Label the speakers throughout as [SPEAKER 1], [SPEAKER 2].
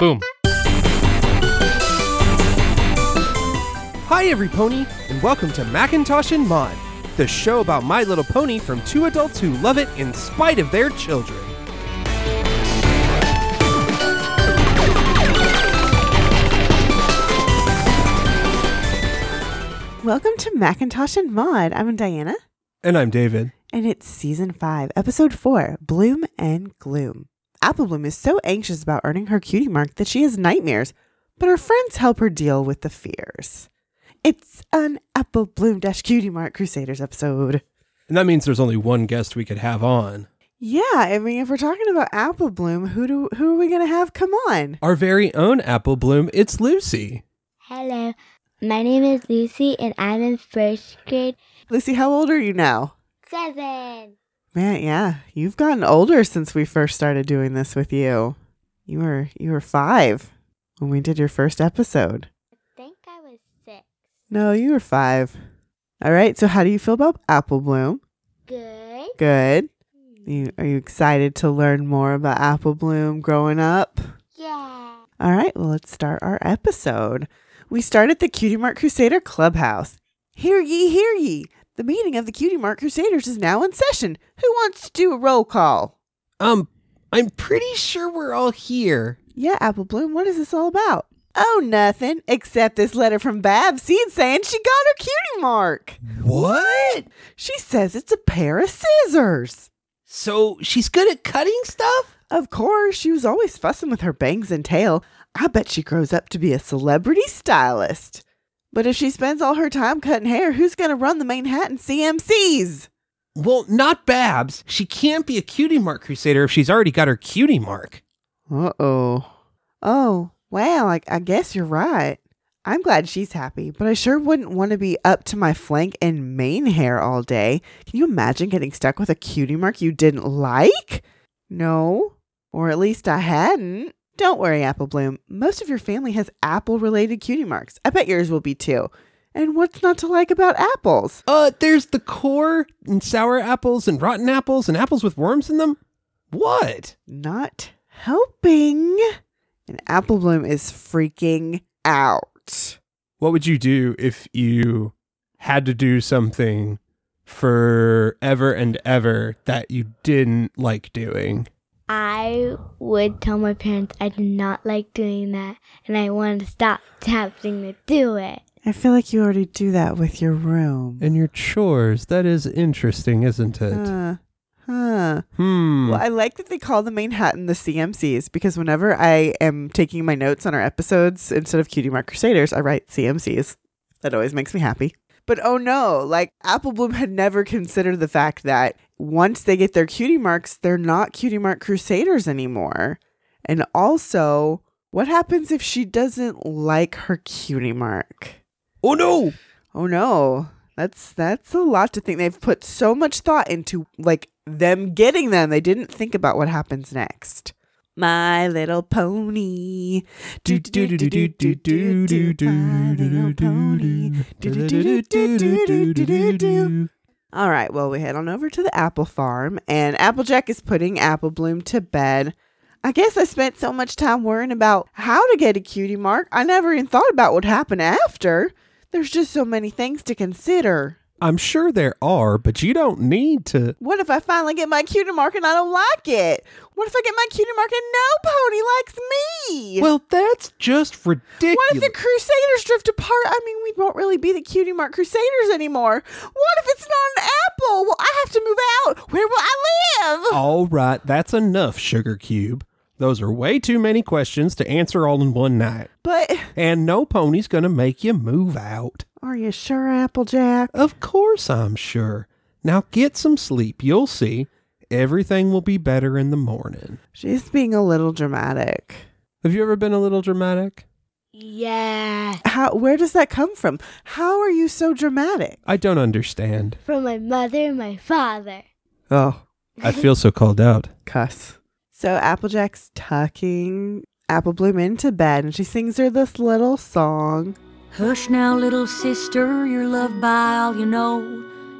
[SPEAKER 1] Boom.
[SPEAKER 2] Hi, everypony, and welcome to Macintosh and Mod, the show about My Little Pony from two adults who love it in spite of their children.
[SPEAKER 3] Welcome to Macintosh and Mod. I'm Diana,
[SPEAKER 2] And I'm David.
[SPEAKER 3] and it's season five, episode four Bloom and Gloom. Apple Bloom is so anxious about earning her cutie mark that she has nightmares, but her friends help her deal with the fears. It's an Apple Bloom dash cutie mark Crusaders episode.
[SPEAKER 2] And that means there's only one guest we could have on
[SPEAKER 3] Yeah, I mean, if we're talking about Apple Bloom, who do who are we gonna have come on?
[SPEAKER 2] our very own Apple Bloom. It's Lucy.
[SPEAKER 4] Hello, my name is Lucy and I'm in first grade
[SPEAKER 3] Lucy, how old are you now?
[SPEAKER 4] seven.
[SPEAKER 3] Man, yeah, you've gotten older since we first started doing this with you. You were you were five when we did your first episode.
[SPEAKER 4] I think I was six.
[SPEAKER 3] No, you were five. All right. So, how do you feel about Apple Bloom?
[SPEAKER 4] Good.
[SPEAKER 3] Good. You, are you excited to learn more about Apple Bloom growing up?
[SPEAKER 4] Yeah.
[SPEAKER 3] All right, well, let's start our episode. We start at the Cutie Mark Crusader Clubhouse. Hear ye, hear ye. The meeting of the Cutie Mark Crusaders is now in session. Who wants to do a roll call?
[SPEAKER 2] Um, I'm pretty sure we're all here.
[SPEAKER 3] Yeah, Apple Bloom, what is this all about? Oh, nothing, except this letter from Babseed saying she got her cutie mark.
[SPEAKER 2] What?
[SPEAKER 3] She says it's a pair of scissors.
[SPEAKER 2] So she's good at cutting stuff?
[SPEAKER 3] Of course, she was always fussing with her bangs and tail. I bet she grows up to be a celebrity stylist. But if she spends all her time cutting hair, who's going to run the Manhattan CMCs?
[SPEAKER 2] Well, not Babs. She can't be a cutie mark crusader if she's already got her cutie mark.
[SPEAKER 3] Uh oh. Oh, wow, I, I guess you're right. I'm glad she's happy, but I sure wouldn't want to be up to my flank in mane hair all day. Can you imagine getting stuck with a cutie mark you didn't like? No, or at least I hadn't. Don't worry, Apple Bloom. Most of your family has apple related cutie marks. I bet yours will be too. And what's not to like about apples?
[SPEAKER 2] Uh, there's the core and sour apples and rotten apples and apples with worms in them. What?
[SPEAKER 3] not helping. And Apple Bloom is freaking out.
[SPEAKER 5] What would you do if you had to do something forever and ever that you didn't like doing?
[SPEAKER 4] I would tell my parents I did not like doing that and I wanted to stop having to do it.
[SPEAKER 3] I feel like you already do that with your room.
[SPEAKER 5] And your chores. That is interesting, isn't it?
[SPEAKER 3] Huh. Huh.
[SPEAKER 5] hmm.
[SPEAKER 3] Well, I like that they call the Manhattan the CMCs because whenever I am taking my notes on our episodes, instead of Cutie Mark Crusaders, I write CMCs. That always makes me happy. But oh no, like Apple Bloom had never considered the fact that once they get their cutie marks, they're not Cutie Mark Crusaders anymore. And also, what happens if she doesn't like her cutie mark?
[SPEAKER 2] Oh no!
[SPEAKER 3] Oh no. That's that's a lot to think. They've put so much thought into like them getting them. They didn't think about what happens next. My little pony. Do do do do do do do do do My little pony. Do do do do do do do do do. All right, well, we head on over to the apple farm, and Applejack is putting Apple Bloom to bed. I guess I spent so much time worrying about how to get a cutie mark, I never even thought about what happened after. There's just so many things to consider.
[SPEAKER 5] I'm sure there are, but you don't need to.
[SPEAKER 3] What if I finally get my cutie mark and I don't like it? What if I get my cutie mark and no pony likes me?
[SPEAKER 5] Well, that's just ridiculous.
[SPEAKER 3] what if the Crusaders drift apart? I mean, we won't really be the cutie mark Crusaders anymore. What if it's not an apple? Well, I have to move out. Where will I
[SPEAKER 2] Oh.
[SPEAKER 3] live?
[SPEAKER 5] all right, that's enough, Sugar Cube. Those are way too many questions to answer all in one night.
[SPEAKER 3] But
[SPEAKER 5] And no pony's gonna make you move out.
[SPEAKER 3] are you sure, Applejack?
[SPEAKER 5] Of course, I'm sure. Now get some sleep. You'll see. Everything will be better in the morning.
[SPEAKER 3] She's being a little dramatic.
[SPEAKER 5] Have you ever been a little dramatic?
[SPEAKER 4] Yeah.
[SPEAKER 3] How? Where does that come from? How are you so dramatic?
[SPEAKER 5] I don't understand.
[SPEAKER 4] From my mother and my father.
[SPEAKER 3] Oh,
[SPEAKER 5] I feel so called out.
[SPEAKER 3] cuss. So Applejack's tucking Apple Bloom into bed, and she sings her this little song.
[SPEAKER 6] Hush now, little sister, you're loved by all you know.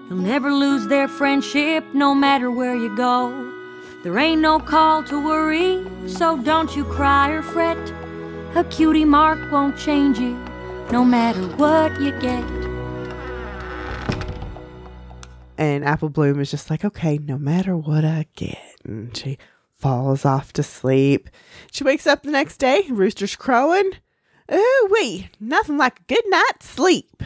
[SPEAKER 6] You'll never lose their friendship, no matter where you go. There ain't no call to worry, so don't you cry or fret. A cutie mark won't change you, no matter what you get.
[SPEAKER 3] And Apple Bloom is just like, okay, no matter what I get. And she falls off to sleep. She wakes up the next day, rooster's crowing. Ooh, wee, nothing like a good night's sleep.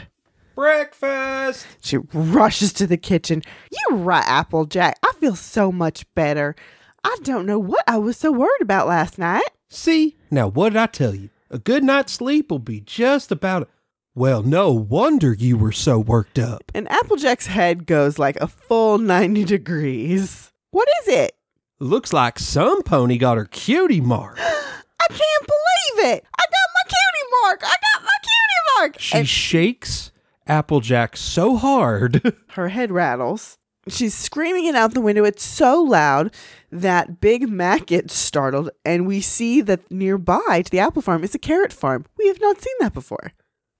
[SPEAKER 2] Breakfast.
[SPEAKER 3] She rushes to the kitchen. You're right, Applejack. I feel so much better. I don't know what I was so worried about last night.
[SPEAKER 7] See, now what did I tell you? A good night's sleep will be just about. Well, no wonder you were so worked up.
[SPEAKER 3] And Applejack's head goes like a full 90 degrees. What is it?
[SPEAKER 7] Looks like some pony got her cutie mark.
[SPEAKER 3] I can't believe it. I got my cutie mark. I got my cutie mark.
[SPEAKER 7] She
[SPEAKER 3] And
[SPEAKER 7] shakes Applejack so hard.
[SPEAKER 3] her head rattles. She's screaming it out the window. It's so loud that Big Mac gets startled, and we see that nearby to the apple farm is a carrot farm. We have not seen that before.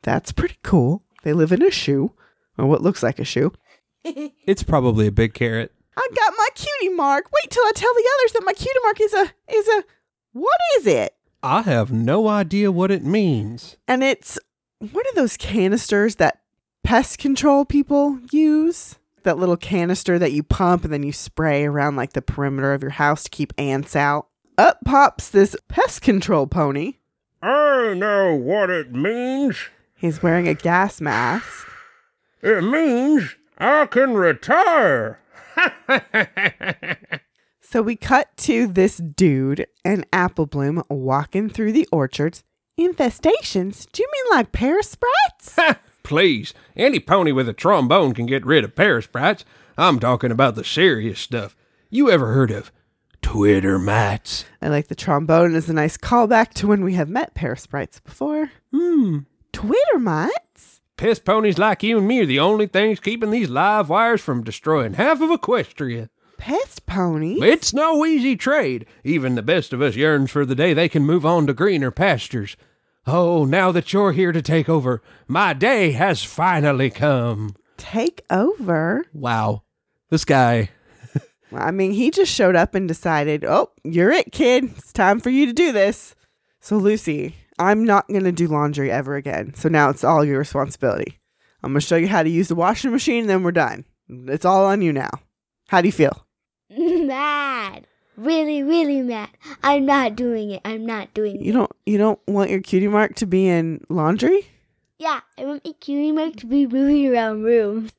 [SPEAKER 3] That's pretty cool. They live in a shoe, or what looks like a shoe.
[SPEAKER 2] It's probably a big carrot.
[SPEAKER 3] I got my cutie mark. Wait till I tell the others that my cutie mark is a is a what is it?
[SPEAKER 2] I have no idea what it means.
[SPEAKER 3] And it's one of those canisters that pest control people use. That little canister that you pump and then you spray around like the perimeter of your house to keep ants out. Up pops this pest control pony.
[SPEAKER 8] I know what it means.
[SPEAKER 3] He's wearing a gas mask.
[SPEAKER 8] It means I can retire.
[SPEAKER 3] So we cut to this dude and Apple Bloom walking through the orchards. Infestations? Do you mean like pear sprites?
[SPEAKER 2] Please, any pony with a trombone can get rid of parasprites. I'm talking about the serious stuff. You ever heard of Twitter mats?
[SPEAKER 3] I like the trombone as a nice callback to when we have met pear sprites before.
[SPEAKER 2] Hmm.
[SPEAKER 3] Twitter mites?
[SPEAKER 2] Piss ponies like you and me are the only things keeping these live wires from destroying half of Equestria.
[SPEAKER 3] Pest pony?
[SPEAKER 2] It's no easy trade. Even the best of us yearns for the day they can move on to greener pastures. Oh, now that you're here to take over, my day has finally come.
[SPEAKER 3] Take over?
[SPEAKER 2] Wow. This guy.
[SPEAKER 3] Well, I mean, he just showed up and decided, oh, you're it, kid. It's time for you to do this. So, Lucy, I'm not going to do laundry ever again. So now it's all your responsibility. I'm going to show you how to use the washing machine, then we're done. It's all on you now. How do you feel?
[SPEAKER 4] mad. Really, really mad. I'm not doing it. I'm not doing
[SPEAKER 3] You
[SPEAKER 4] it.
[SPEAKER 3] don't you don't want your cutie mark to be in laundry?
[SPEAKER 4] Yeah, I want my cutie mark to be moving around rooms.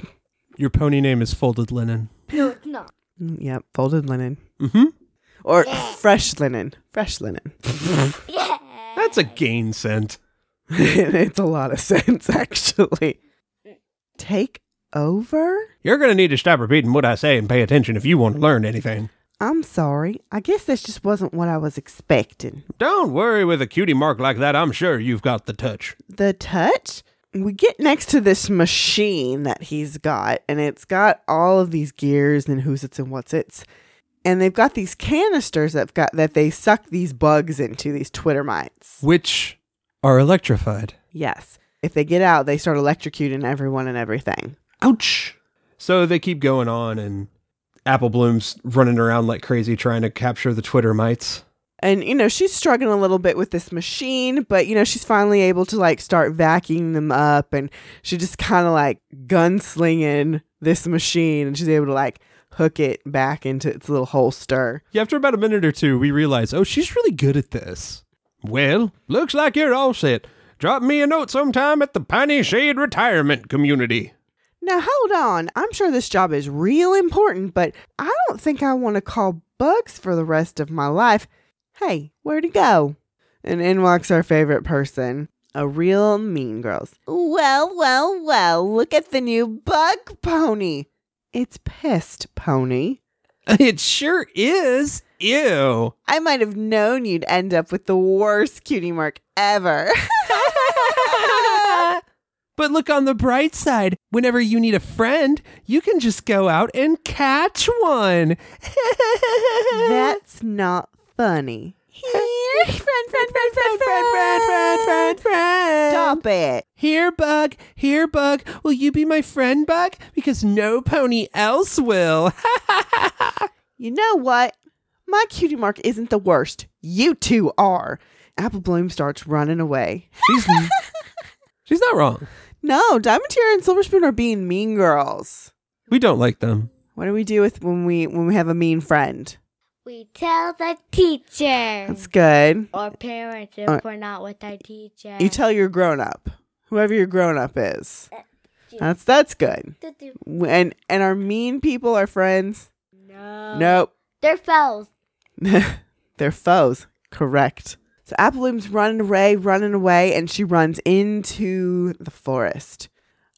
[SPEAKER 2] Your pony name is Folded Linen.
[SPEAKER 4] No, it's not.
[SPEAKER 3] Mm, Yep, folded linen
[SPEAKER 2] Mm hmm.
[SPEAKER 3] or fresh linen. Fresh linen.
[SPEAKER 4] Yeah.
[SPEAKER 2] That's a gain scent.
[SPEAKER 3] it makes a lot of sense, actually. Take over?
[SPEAKER 2] You're going to need to stop repeating what I say and pay attention if you want to learn anything.
[SPEAKER 3] I'm sorry. I guess this just wasn't what I was expecting.
[SPEAKER 2] Don't worry with a cutie mark like that. I'm sure you've got the touch.
[SPEAKER 3] The touch? We get next to this machine that he's got, and it's got all of these gears and who's it's and what's it's. And they've got these canisters that got that they suck these bugs into, these Twitter mites.
[SPEAKER 2] Which are electrified.
[SPEAKER 3] Yes. If they get out, they start electrocuting everyone and everything.
[SPEAKER 2] Ouch. So they keep going on, and Apple Bloom's running around like crazy trying to capture the Twitter mites.
[SPEAKER 3] and you know she's struggling a little bit with this machine but you know she's finally able to like start vacuuming them up and she just kind of like gunslinging this machine and she's able to like hook it back into its little holster
[SPEAKER 2] Yeah, after about a minute or two, we realize, oh, she's really good at this. Well, looks like you're all set. Drop me a note sometime at the Piney Shade Retirement Community.
[SPEAKER 3] now hold on i'm sure this job is real important but i don't think i want to call bugs for the rest of my life hey where'd he go and in walks our favorite person a real mean girls. Well, well, well, look at the new bug pony. It's pissed pony.
[SPEAKER 2] It sure is. Ew.
[SPEAKER 3] I might have known you'd end up with the worst cutie mark ever.
[SPEAKER 2] But look on the bright side. Whenever you need a friend, you can just go out and catch one.
[SPEAKER 3] That's not funny. Here, friend, friend, friend, friend,
[SPEAKER 2] friend.
[SPEAKER 3] Stop it.
[SPEAKER 2] Here, Bug. Here, Bug. Will you be my friend, Bug? Because no pony else will.
[SPEAKER 3] You know what? My cutie mark isn't the worst. You two are. Apple Bloom starts running away.
[SPEAKER 2] She's she's not wrong.
[SPEAKER 3] No, Diamond Tear and Silver Spoon are being mean girls.
[SPEAKER 2] We don't like them.
[SPEAKER 3] What do we do with when we when we have a mean friend?
[SPEAKER 4] We tell the teacher
[SPEAKER 3] That's good.
[SPEAKER 4] or parents if
[SPEAKER 3] Alright.
[SPEAKER 4] we're not with our teacher.
[SPEAKER 3] You tell your grown up, whoever your grown up is. That's that's good. And and our mean people are friends.
[SPEAKER 4] No.
[SPEAKER 3] Nope.
[SPEAKER 4] They're fells.
[SPEAKER 3] They're foes. Correct. So Appleloom's running away, running away, and she runs into the forest.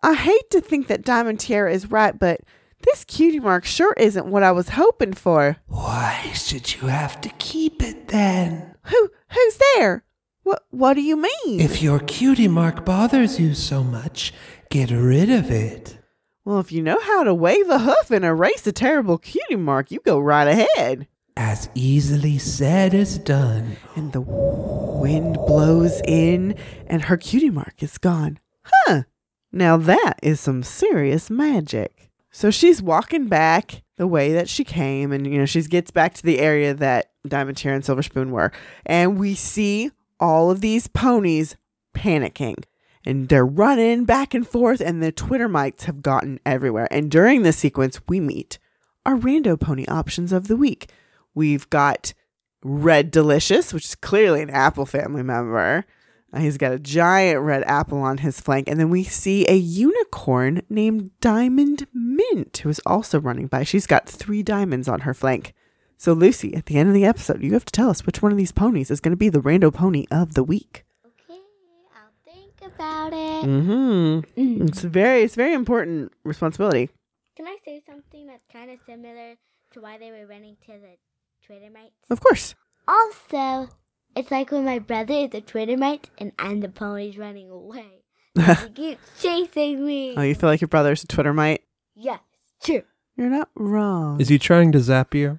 [SPEAKER 3] I hate to think that Diamond Tiara is right, but this cutie mark sure isn't what I was hoping for.
[SPEAKER 2] Why should you have to keep it then?
[SPEAKER 3] Who who's there? What what do you mean?
[SPEAKER 2] your cutie mark bothers you so much, get rid of it.
[SPEAKER 3] well, if you know how to wave a hoof and erase a terrible cutie mark, you go right ahead.
[SPEAKER 2] As easily said as done.
[SPEAKER 3] And the wind blows in, and her cutie mark is gone. Huh. Now that is some serious magic. So she's walking back the way that she came, and you know, she gets back to the area that Diamond Chair and Silver Spoon were. And we see all of these ponies panicking. And they're running back and forth, and the Twitter mites have gotten everywhere. And during this sequence, we meet our rando pony options of the week. We've got Red Delicious, which is clearly an apple family member. Uh, He's got a giant red apple on his flank. And then we see a unicorn named Diamond Mint, who is also running by. She's got three diamonds on her flank. So, Lucy, at the end of the episode, you have to tell us which one of these ponies is going to be the rando pony of the week.
[SPEAKER 4] Okay, I'll think about it.
[SPEAKER 3] hmm
[SPEAKER 2] Mm-hmm.
[SPEAKER 4] Mm.
[SPEAKER 3] It's very, it's very important responsibility.
[SPEAKER 4] Can I say something that's kind of similar to why they were running to the Twitter mites?
[SPEAKER 3] Of course.
[SPEAKER 4] Also, it's like when my brother is a Twitter mite and I'm the pony's running away. he keeps chasing me.
[SPEAKER 3] Oh, you feel like your brother's a Twitter mite?
[SPEAKER 4] yes, true.
[SPEAKER 3] You're not wrong.
[SPEAKER 2] Is he trying to zap you?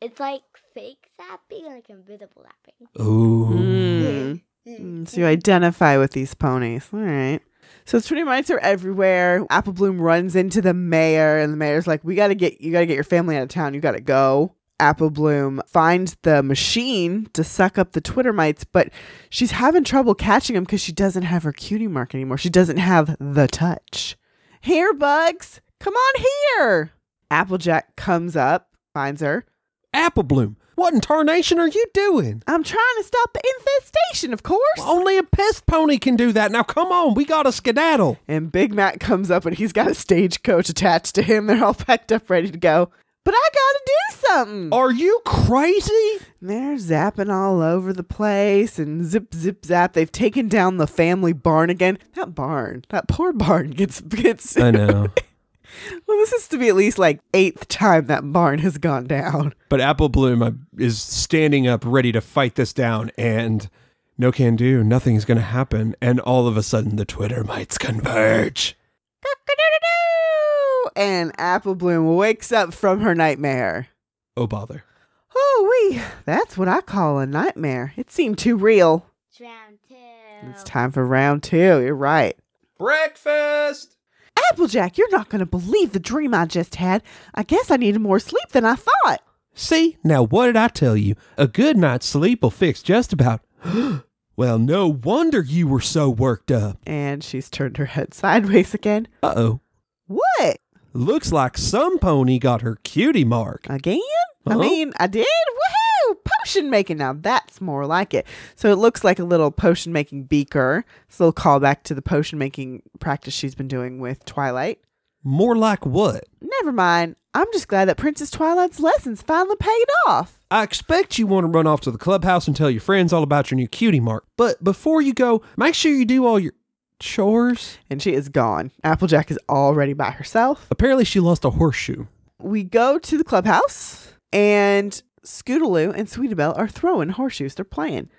[SPEAKER 4] it's like fake zapping, like invisible zapping.
[SPEAKER 2] Ooh.
[SPEAKER 3] Mm. Mm, So you identify with these ponies. All right. So the Twitter mites are everywhere. Apple Bloom runs into the mayor, and the mayor's like, "We gotta get you gotta get your family out of town. You gotta go." Apple Bloom finds the machine to suck up the Twitter mites, but she's having trouble catching them because she doesn't have her cutie mark anymore. She doesn't have the touch. Here, Bugs, come on here. Applejack comes up, finds her.
[SPEAKER 2] Apple Bloom, what in tarnation are you doing?
[SPEAKER 3] I'm trying to stop the infestation, of course.
[SPEAKER 2] Only a pest pony can do that. Now come on, we gotta skedaddle.
[SPEAKER 3] And Big Mac comes up and he's got a stagecoach attached to him. They're all packed up, ready to go. But I gotta do something.
[SPEAKER 2] Are you crazy?
[SPEAKER 3] And They're zapping all over the place and zip, zip, zap. They've taken down the family barn again. That barn, that poor barn gets gets.
[SPEAKER 2] I know.
[SPEAKER 3] well, this is to be at least like eighth time that barn has gone down.
[SPEAKER 2] But Apple Bloom uh, is standing up, ready to fight this down, and no can do. Nothing's going to happen. And all of a sudden, the Twitter mites converge.
[SPEAKER 3] Cock-a-doodle-doo! And Apple Bloom wakes up from her nightmare.
[SPEAKER 2] Oh, bother.
[SPEAKER 3] Oh, wee, that's what I call a nightmare. It seemed too real.
[SPEAKER 4] Drown too.
[SPEAKER 3] It's time for round two. You're right.
[SPEAKER 2] Breakfast!
[SPEAKER 3] Applejack, you're not going to believe the dream I just had. I guess I needed more sleep than I thought.
[SPEAKER 2] See, now what did I tell you? A good night's sleep will fix just about. well, no wonder you were so worked up.
[SPEAKER 3] And she's turned her head sideways again.
[SPEAKER 2] Uh oh.
[SPEAKER 3] What?
[SPEAKER 2] Looks like some pony got her cutie mark.
[SPEAKER 3] Again? I
[SPEAKER 2] Huh?
[SPEAKER 3] mean, I did. Woohoo! Potion making. Now that's more like it. So it looks like a little potion making beaker. It's a little callback to the potion making practice she's been doing with Twilight.
[SPEAKER 2] More like what?
[SPEAKER 3] Never mind. I'm just glad that Princess Twilight's lessons finally paid off.
[SPEAKER 2] I expect you want to run off to the clubhouse and tell your friends all about your new cutie mark. But before you go, make sure you do all your chores.
[SPEAKER 3] And she is gone. Applejack is already by herself.
[SPEAKER 2] Apparently, she lost a horseshoe.
[SPEAKER 3] we go to the clubhouse and Scootaloo and Sweetabelle are throwing horseshoes. They're playing.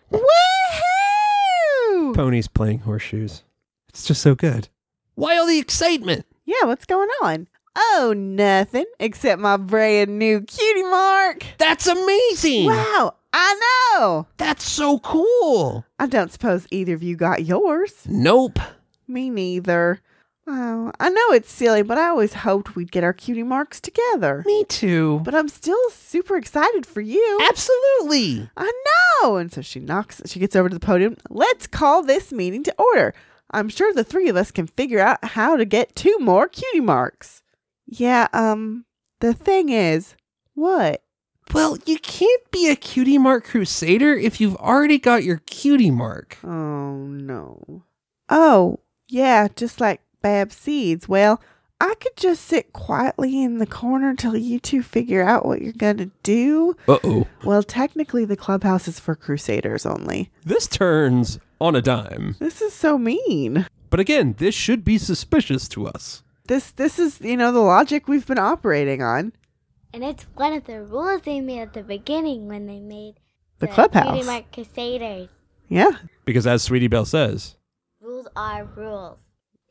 [SPEAKER 3] Woohoo!
[SPEAKER 2] Ponies playing horseshoes. It's just so good. Why all the excitement?
[SPEAKER 3] Yeah, what's going on? Oh, nothing except my brand new cutie mark.
[SPEAKER 2] That's amazing.
[SPEAKER 3] Wow, I know.
[SPEAKER 2] That's so cool.
[SPEAKER 3] I don't suppose either of you got yours.
[SPEAKER 2] Nope.
[SPEAKER 3] Me neither. Oh, I know it's silly, but I always hoped we'd get our cutie marks together.
[SPEAKER 9] Me too.
[SPEAKER 3] But I'm still super excited for you.
[SPEAKER 9] Absolutely.
[SPEAKER 3] I know. And so she knocks, she gets over to the podium. Let's call this meeting to order. I'm sure the three of us can figure out how to get two more cutie marks. Yeah, um, the thing is, what?
[SPEAKER 9] Well, you can't be a cutie mark crusader if you've already got your cutie mark.
[SPEAKER 3] Oh, no. Oh, yeah, just like Bab Seeds. Well, I could just sit quietly in the corner till you two figure out what you're going to do.
[SPEAKER 2] Uh oh.
[SPEAKER 3] Well, technically, the clubhouse is for Crusaders only.
[SPEAKER 2] This turns on a dime.
[SPEAKER 3] This is so mean.
[SPEAKER 2] But again, this should be suspicious to us.
[SPEAKER 3] this this is you know the logic we've been operating on
[SPEAKER 4] And it's one of the rules they made at the beginning when they made
[SPEAKER 3] The clubhouse.
[SPEAKER 4] Beauty Mark Crusaders.
[SPEAKER 3] yeah
[SPEAKER 2] Because as Sweetie Belle says,
[SPEAKER 4] Rules are rules.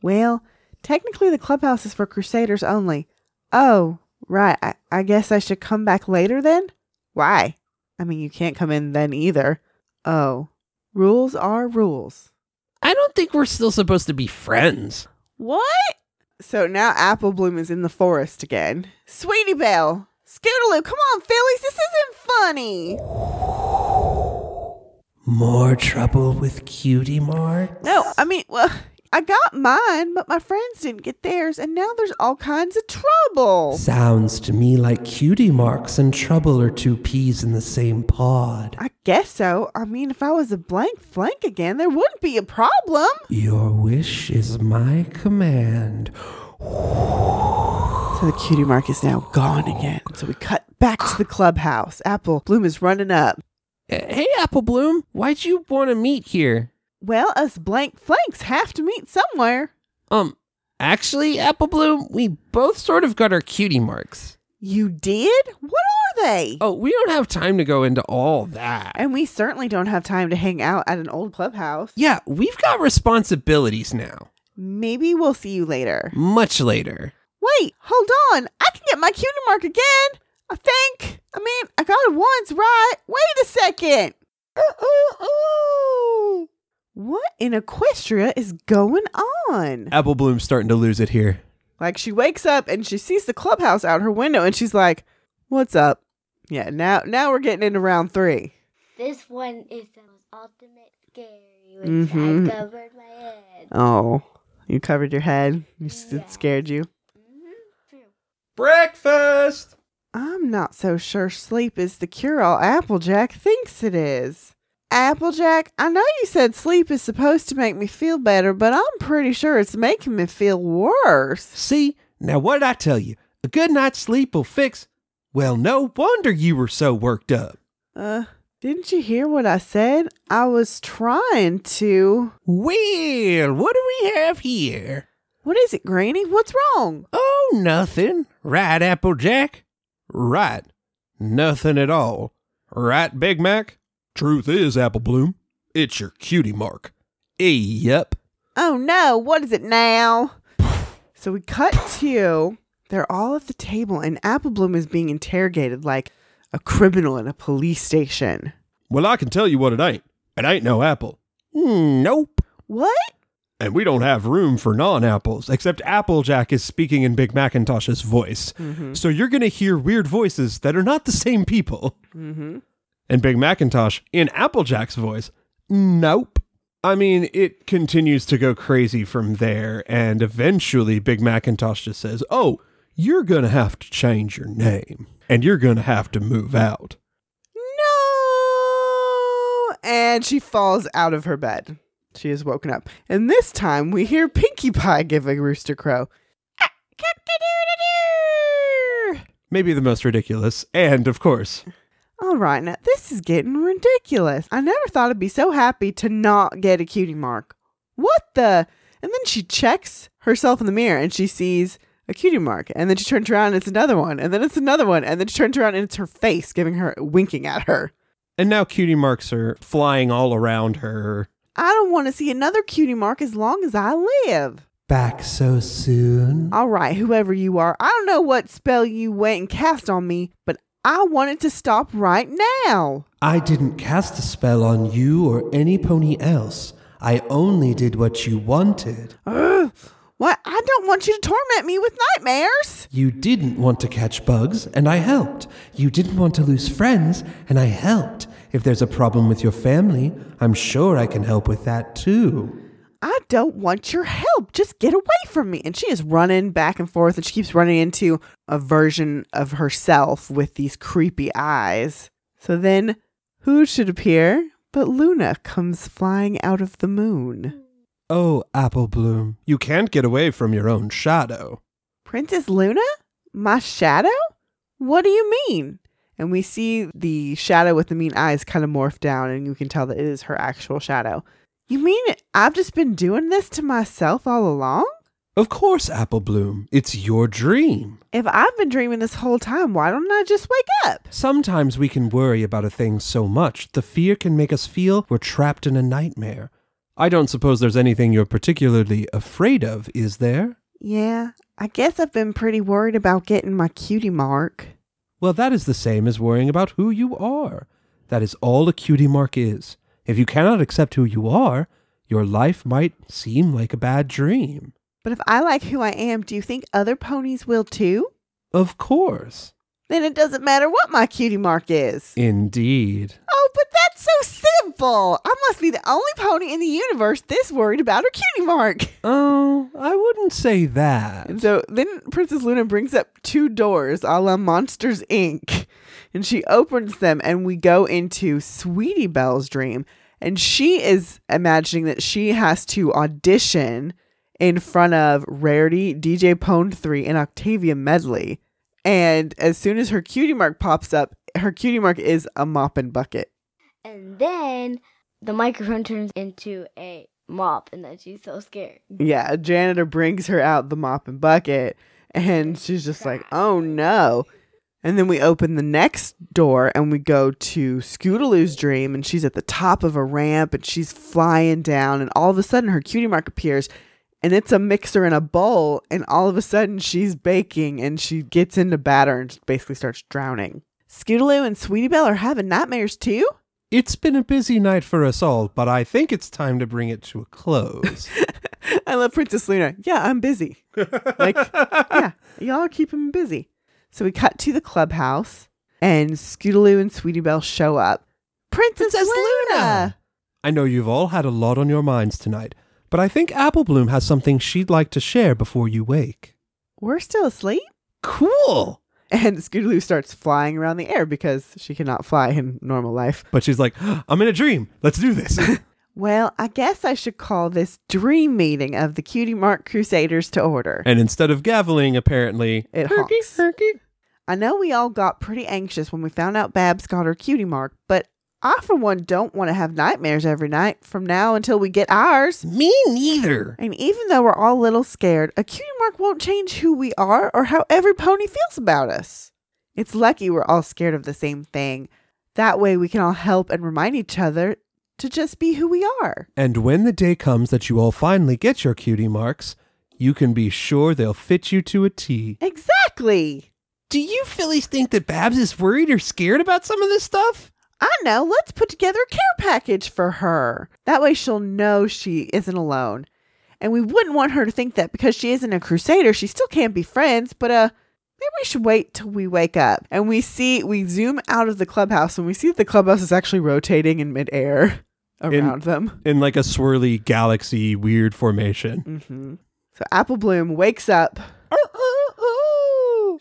[SPEAKER 3] well technically the clubhouse is for crusaders only oh right i, I guess i should come back later then why i mean you can't come in then either oh rules are rules
[SPEAKER 9] I don't think we're still supposed to be friends.
[SPEAKER 3] what so now apple bloom is in the forest again sweetie belle scootaloo come on phillies this isn't funny
[SPEAKER 9] More trouble with cutie mark?
[SPEAKER 3] No, I mean, well, I got mine, but my friends didn't get theirs, and now there's all kinds of trouble.
[SPEAKER 9] Sounds to me like cutie marks and trouble are two peas in the same pod.
[SPEAKER 3] I guess so. I mean, if I was a blank flank again, there wouldn't be a problem.
[SPEAKER 9] Your wish is my command.
[SPEAKER 3] So the cutie mark is now gone again. So we cut back to the clubhouse. Apple Bloom is running up.
[SPEAKER 9] Eh, Hey, Apple Bloom, why'd you want to meet here?
[SPEAKER 3] Well, us blank flanks have to meet somewhere.
[SPEAKER 9] Um, actually, Apple Bloom, we both sort of got our cutie marks.
[SPEAKER 3] You did? What are they?
[SPEAKER 9] Oh, we don't have time to go into all that.
[SPEAKER 3] And we certainly don't have time to hang out at an old clubhouse.
[SPEAKER 9] Yeah, we've got responsibilities now.
[SPEAKER 3] Maybe we'll see you later.
[SPEAKER 9] Much later.
[SPEAKER 3] Wait, hold on. I can get my cutie mark again. I think. I mean, I got it once, right? Wait a second. oh. What in Equestria is going on?
[SPEAKER 2] Apple Bloom's starting to lose it here.
[SPEAKER 3] Like, she wakes up and she sees the clubhouse out her window and she's like, What's up? Yeah, now now we're getting into round three.
[SPEAKER 4] This one is the most ultimate scary, which
[SPEAKER 3] Mhm.
[SPEAKER 4] I covered my head.
[SPEAKER 3] Oh, you covered your head. You s- It
[SPEAKER 4] Yeah.
[SPEAKER 3] scared you.
[SPEAKER 4] Mm-hmm. True.
[SPEAKER 5] Breakfast!
[SPEAKER 3] I'm not so sure sleep is the cure all Applejack thinks it is. Applejack, I know you said sleep is supposed to make me feel better, but I'm pretty sure it's making me feel worse.
[SPEAKER 5] See, now what'd I tell you? A good night's sleep will fix. Well, no wonder you were so worked up.
[SPEAKER 3] Uh, didn't you hear what I said? I was trying to.
[SPEAKER 9] Well, what do we have here?
[SPEAKER 3] What is it, Granny? What's wrong?
[SPEAKER 9] Oh, nothing. Right, Applejack?
[SPEAKER 2] Right. Nothing at all. Right, Big Mac? Truth is, Apple Bloom, it's your cutie mark. Yep.
[SPEAKER 3] Oh no, what is it now? So we cut to they're all at the table, and Apple Bloom is being interrogated like a criminal in a police station.
[SPEAKER 2] Well, I can tell you what it ain't. It ain't no apple. Nope.
[SPEAKER 3] What?
[SPEAKER 2] And we don't have room for non apples, except Applejack is speaking in Big Macintosh's voice. So you're going to hear weird voices that are not the same people.
[SPEAKER 3] Mm-hmm.
[SPEAKER 2] And Big Macintosh in Applejack's voice. Nope. I mean, it continues to go crazy from there. And eventually, Big Macintosh just says, Oh, you're going to have to change your name and you're going to have to move out.
[SPEAKER 3] No! And she falls out of her bed. She is woken up. And this time we hear Pinkie Pie give a rooster crow. Ah, cock-a-doodle-doo!
[SPEAKER 2] Maybe the most ridiculous. And of course,
[SPEAKER 3] All right, now this is getting ridiculous. I never thought I'd be so happy to not get a cutie mark. What the? And then she checks herself in the mirror and she sees a cutie mark. And then she turns around and it's another one. And then it's another one. And then she turns around and it's her face giving her, winking at her.
[SPEAKER 2] And now cutie marks are flying all around her.
[SPEAKER 3] I don't want to see another cutie mark as long as I live.
[SPEAKER 9] Back so soon?
[SPEAKER 3] All right, whoever you are, I don't know what spell you went and cast on me, but I want it to stop right now.
[SPEAKER 9] I didn't cast a spell on you or any pony else. I only did what you wanted.
[SPEAKER 3] Ugh, What? I don't want you to torment me with nightmares.
[SPEAKER 9] You didn't want to catch bugs, and I helped. You didn't want to lose friends, and I helped. If there's a problem with your family, I'm sure I can help with that too.
[SPEAKER 3] I don't want your help. Just get away from me. And she is running back and forth and she keeps running into a version of herself with these creepy eyes. So then, who should appear but Luna comes flying out of the moon?
[SPEAKER 2] Oh, Apple Bloom, you can't get away from your own shadow.
[SPEAKER 3] Princess Luna? My shadow? What do you mean? And we see the shadow with the mean eyes kind of morph down, and you can tell that it is her actual shadow. You mean I've just been doing this to myself all along?
[SPEAKER 2] Of course, Apple Bloom, it's your dream.
[SPEAKER 3] If I've been dreaming this whole time, why don't I just wake up?
[SPEAKER 2] Sometimes we can worry about a thing so much, the fear can make us feel we're trapped in a nightmare. I don't suppose there's anything you're particularly afraid of, is there?
[SPEAKER 3] Yeah, I guess I've been pretty worried about getting my cutie mark.
[SPEAKER 2] Well, that is the same as worrying about who you are. That is all a cutie mark is. If you cannot accept who you are, your life might seem like a bad dream.
[SPEAKER 3] But if I like who I am, do you think other ponies will too?
[SPEAKER 2] Of course.
[SPEAKER 3] Then it doesn't matter what my cutie mark is.
[SPEAKER 2] Indeed.
[SPEAKER 3] Oh, but that's so simple. I must be the only pony in the universe this worried about her cutie mark.
[SPEAKER 2] Oh, I wouldn't say that.
[SPEAKER 3] And so then Princess Luna brings up two doors a la Monsters Inc. And she opens them, and we go into Sweetie Belle's dream. And she is imagining that she has to audition in front of Rarity, DJ Pone 3, and Octavia Medley. And as soon as her cutie mark pops up, her cutie mark is a mop and bucket.
[SPEAKER 4] And then the microphone turns into a mop, and then she's so scared.
[SPEAKER 3] Yeah, a janitor brings her out the mop and bucket, and she's just like, oh no. And then we open the next door and we go to Scootaloo's dream, and she's at the top of a ramp and she's flying down, and all of a sudden her cutie mark appears. And it's a mixer in a bowl, and all of a sudden she's baking and she gets into batter and basically starts drowning. Scootaloo and Sweetie Belle are having nightmares too?
[SPEAKER 2] It's been a busy night for us all, but I think it's time to bring it to a close.
[SPEAKER 3] I love Princess Luna. Yeah, I'm busy. like, yeah, y'all are keeping me busy. So we cut to the clubhouse, and Scootaloo and Sweetie Belle show up. Princess, Luna!
[SPEAKER 2] I know you've all had a lot on your minds tonight, but I think Apple Bloom has something she'd like to share before you wake.
[SPEAKER 3] We're still asleep?
[SPEAKER 2] Cool!
[SPEAKER 3] And Scootaloo starts flying around the air because she cannot fly in normal life.
[SPEAKER 2] But she's like, I'm in a dream. Let's do this.
[SPEAKER 3] Well, I guess I should call this dream meeting of the Cutie Mark Crusaders to order.
[SPEAKER 2] and instead of gaveling, apparently,
[SPEAKER 3] It honks. I know we all got pretty anxious when we found out Babs got her cutie mark, but I, for one, don't want to have nightmares every night from now until we get ours.
[SPEAKER 9] Me neither.
[SPEAKER 3] And even though we're all a little scared, a cutie mark won't change who we are or how every pony feels about us. It's lucky we're all scared of the same thing. That way we can all help and remind each other to just be who we are.
[SPEAKER 2] and when the day comes that you all finally get your cutie marks, you can be sure they'll fit you to a T.
[SPEAKER 3] Exactly.
[SPEAKER 9] Do you Phillies think that Babs is worried or scared about some of this stuff?
[SPEAKER 3] I know. Let's put together a care package for her. That way she'll know she isn't alone. And we wouldn't want her to think that because she isn't a crusader, she still can't be friends, but uh maybe we should wait till we wake up. And we see we zoom out of the clubhouse and we see that the clubhouse is actually rotating in midair around them.
[SPEAKER 2] In like a swirly galaxy weird formation.
[SPEAKER 3] hmm So Apple Bloom wakes up.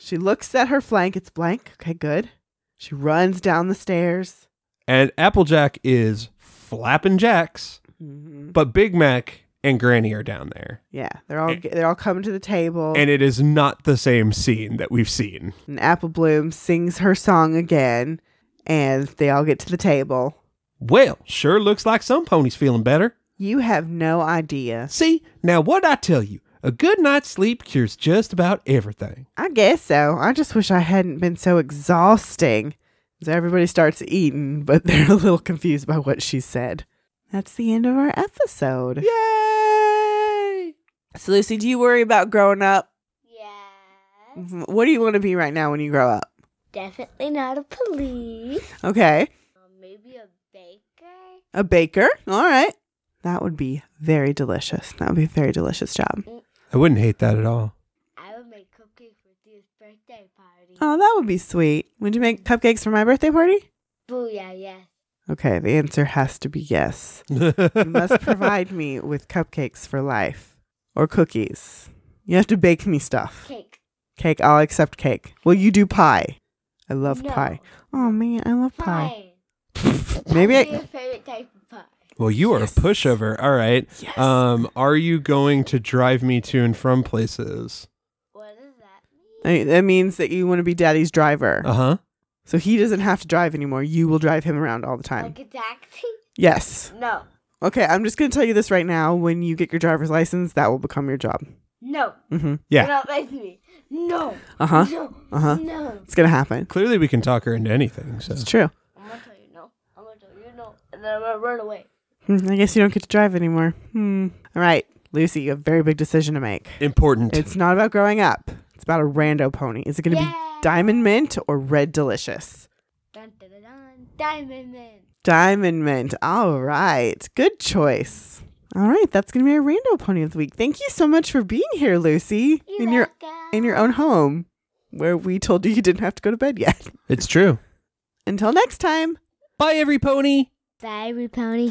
[SPEAKER 3] She looks at her flank. It's blank. Okay, good. She runs down the stairs.
[SPEAKER 2] And Applejack is flapping jacks,
[SPEAKER 3] hmm
[SPEAKER 2] but Big Mac and Granny are down there.
[SPEAKER 3] Yeah, they're all they're all coming to the table.
[SPEAKER 2] And it is not the same scene that we've seen.
[SPEAKER 3] And Apple Bloom sings her song again, and they all get to the table.
[SPEAKER 2] Well, sure looks like some ponies feeling better.
[SPEAKER 3] You have no idea.
[SPEAKER 2] See, now what I tell you, a good night's sleep cures just about everything.
[SPEAKER 3] I guess so. I just wish I hadn't been so exhausting. So everybody starts eating, but they're a little confused by what she said. That's the end of our episode.
[SPEAKER 2] Yay!
[SPEAKER 3] So, Lucy, do you worry about growing up?
[SPEAKER 4] Yeah.
[SPEAKER 3] What do you want to be right now when you grow up?
[SPEAKER 4] Definitely not a police.
[SPEAKER 3] Okay.
[SPEAKER 4] Or maybe a baker.
[SPEAKER 3] A baker. All right. That would be very delicious. That would be a very delicious job.
[SPEAKER 2] I wouldn't hate that at all.
[SPEAKER 4] I would make cupcakes for Theo's birthday party.
[SPEAKER 3] Oh, that would be sweet. Would you make cupcakes for my birthday party?
[SPEAKER 4] Booyah, yes.
[SPEAKER 3] Okay, the answer has to be yes. You must provide me with cupcakes for life or cookies. You have to bake me stuff.
[SPEAKER 4] Cake.
[SPEAKER 3] Cake, I'll accept cake. Will you do pie? I love
[SPEAKER 4] No.
[SPEAKER 3] pie. Oh man, I love pie.
[SPEAKER 4] Pie.
[SPEAKER 3] Maybe
[SPEAKER 4] What's
[SPEAKER 3] I,
[SPEAKER 4] your favorite type of pie?
[SPEAKER 2] Well, you are a pushover. All right.
[SPEAKER 3] Yes.
[SPEAKER 2] Um, are you going to drive me to and from places?
[SPEAKER 4] What does that mean?
[SPEAKER 3] I that means that you want to be daddy's driver.
[SPEAKER 2] Uh huh.
[SPEAKER 3] So he doesn't have to drive anymore. You will drive him around all the time.
[SPEAKER 4] Like a taxi?
[SPEAKER 3] Yes.
[SPEAKER 4] No.
[SPEAKER 3] Okay, I'm just going to tell you this right now. When you get your driver's license, that will become your job.
[SPEAKER 4] No.
[SPEAKER 3] Mhm.
[SPEAKER 2] Yeah.
[SPEAKER 4] You're not with me. No.
[SPEAKER 3] Uh-huh.
[SPEAKER 4] No.
[SPEAKER 3] Uh-huh.
[SPEAKER 4] No.
[SPEAKER 3] It's going to happen.
[SPEAKER 2] Clearly, we can talk her into anything. So
[SPEAKER 3] It's true.
[SPEAKER 4] I'm gonna tell you no. I'm gonna tell you no. And then I'm gonna run away.
[SPEAKER 3] Hmm, I guess you don't get to drive anymore. Hmm. All right, Lucy, you have a very big decision to make.
[SPEAKER 2] important.
[SPEAKER 3] It's not about growing up. It's about a rando pony. Is it going to be
[SPEAKER 4] Yay.
[SPEAKER 3] Diamond Mint or Red Delicious?
[SPEAKER 4] Dun dun dun dun. Diamond Man.
[SPEAKER 3] Diamond Mint. All right. Good choice. All right, that's going to be our rando pony of the week. Thank you so much for being here, Lucy,
[SPEAKER 4] You're
[SPEAKER 3] in your
[SPEAKER 4] welcome.
[SPEAKER 3] in your own home where we told you you didn't have to go to bed yet.
[SPEAKER 2] it's true.
[SPEAKER 3] Until next time.
[SPEAKER 2] Bye, every pony.
[SPEAKER 4] Diary Pony.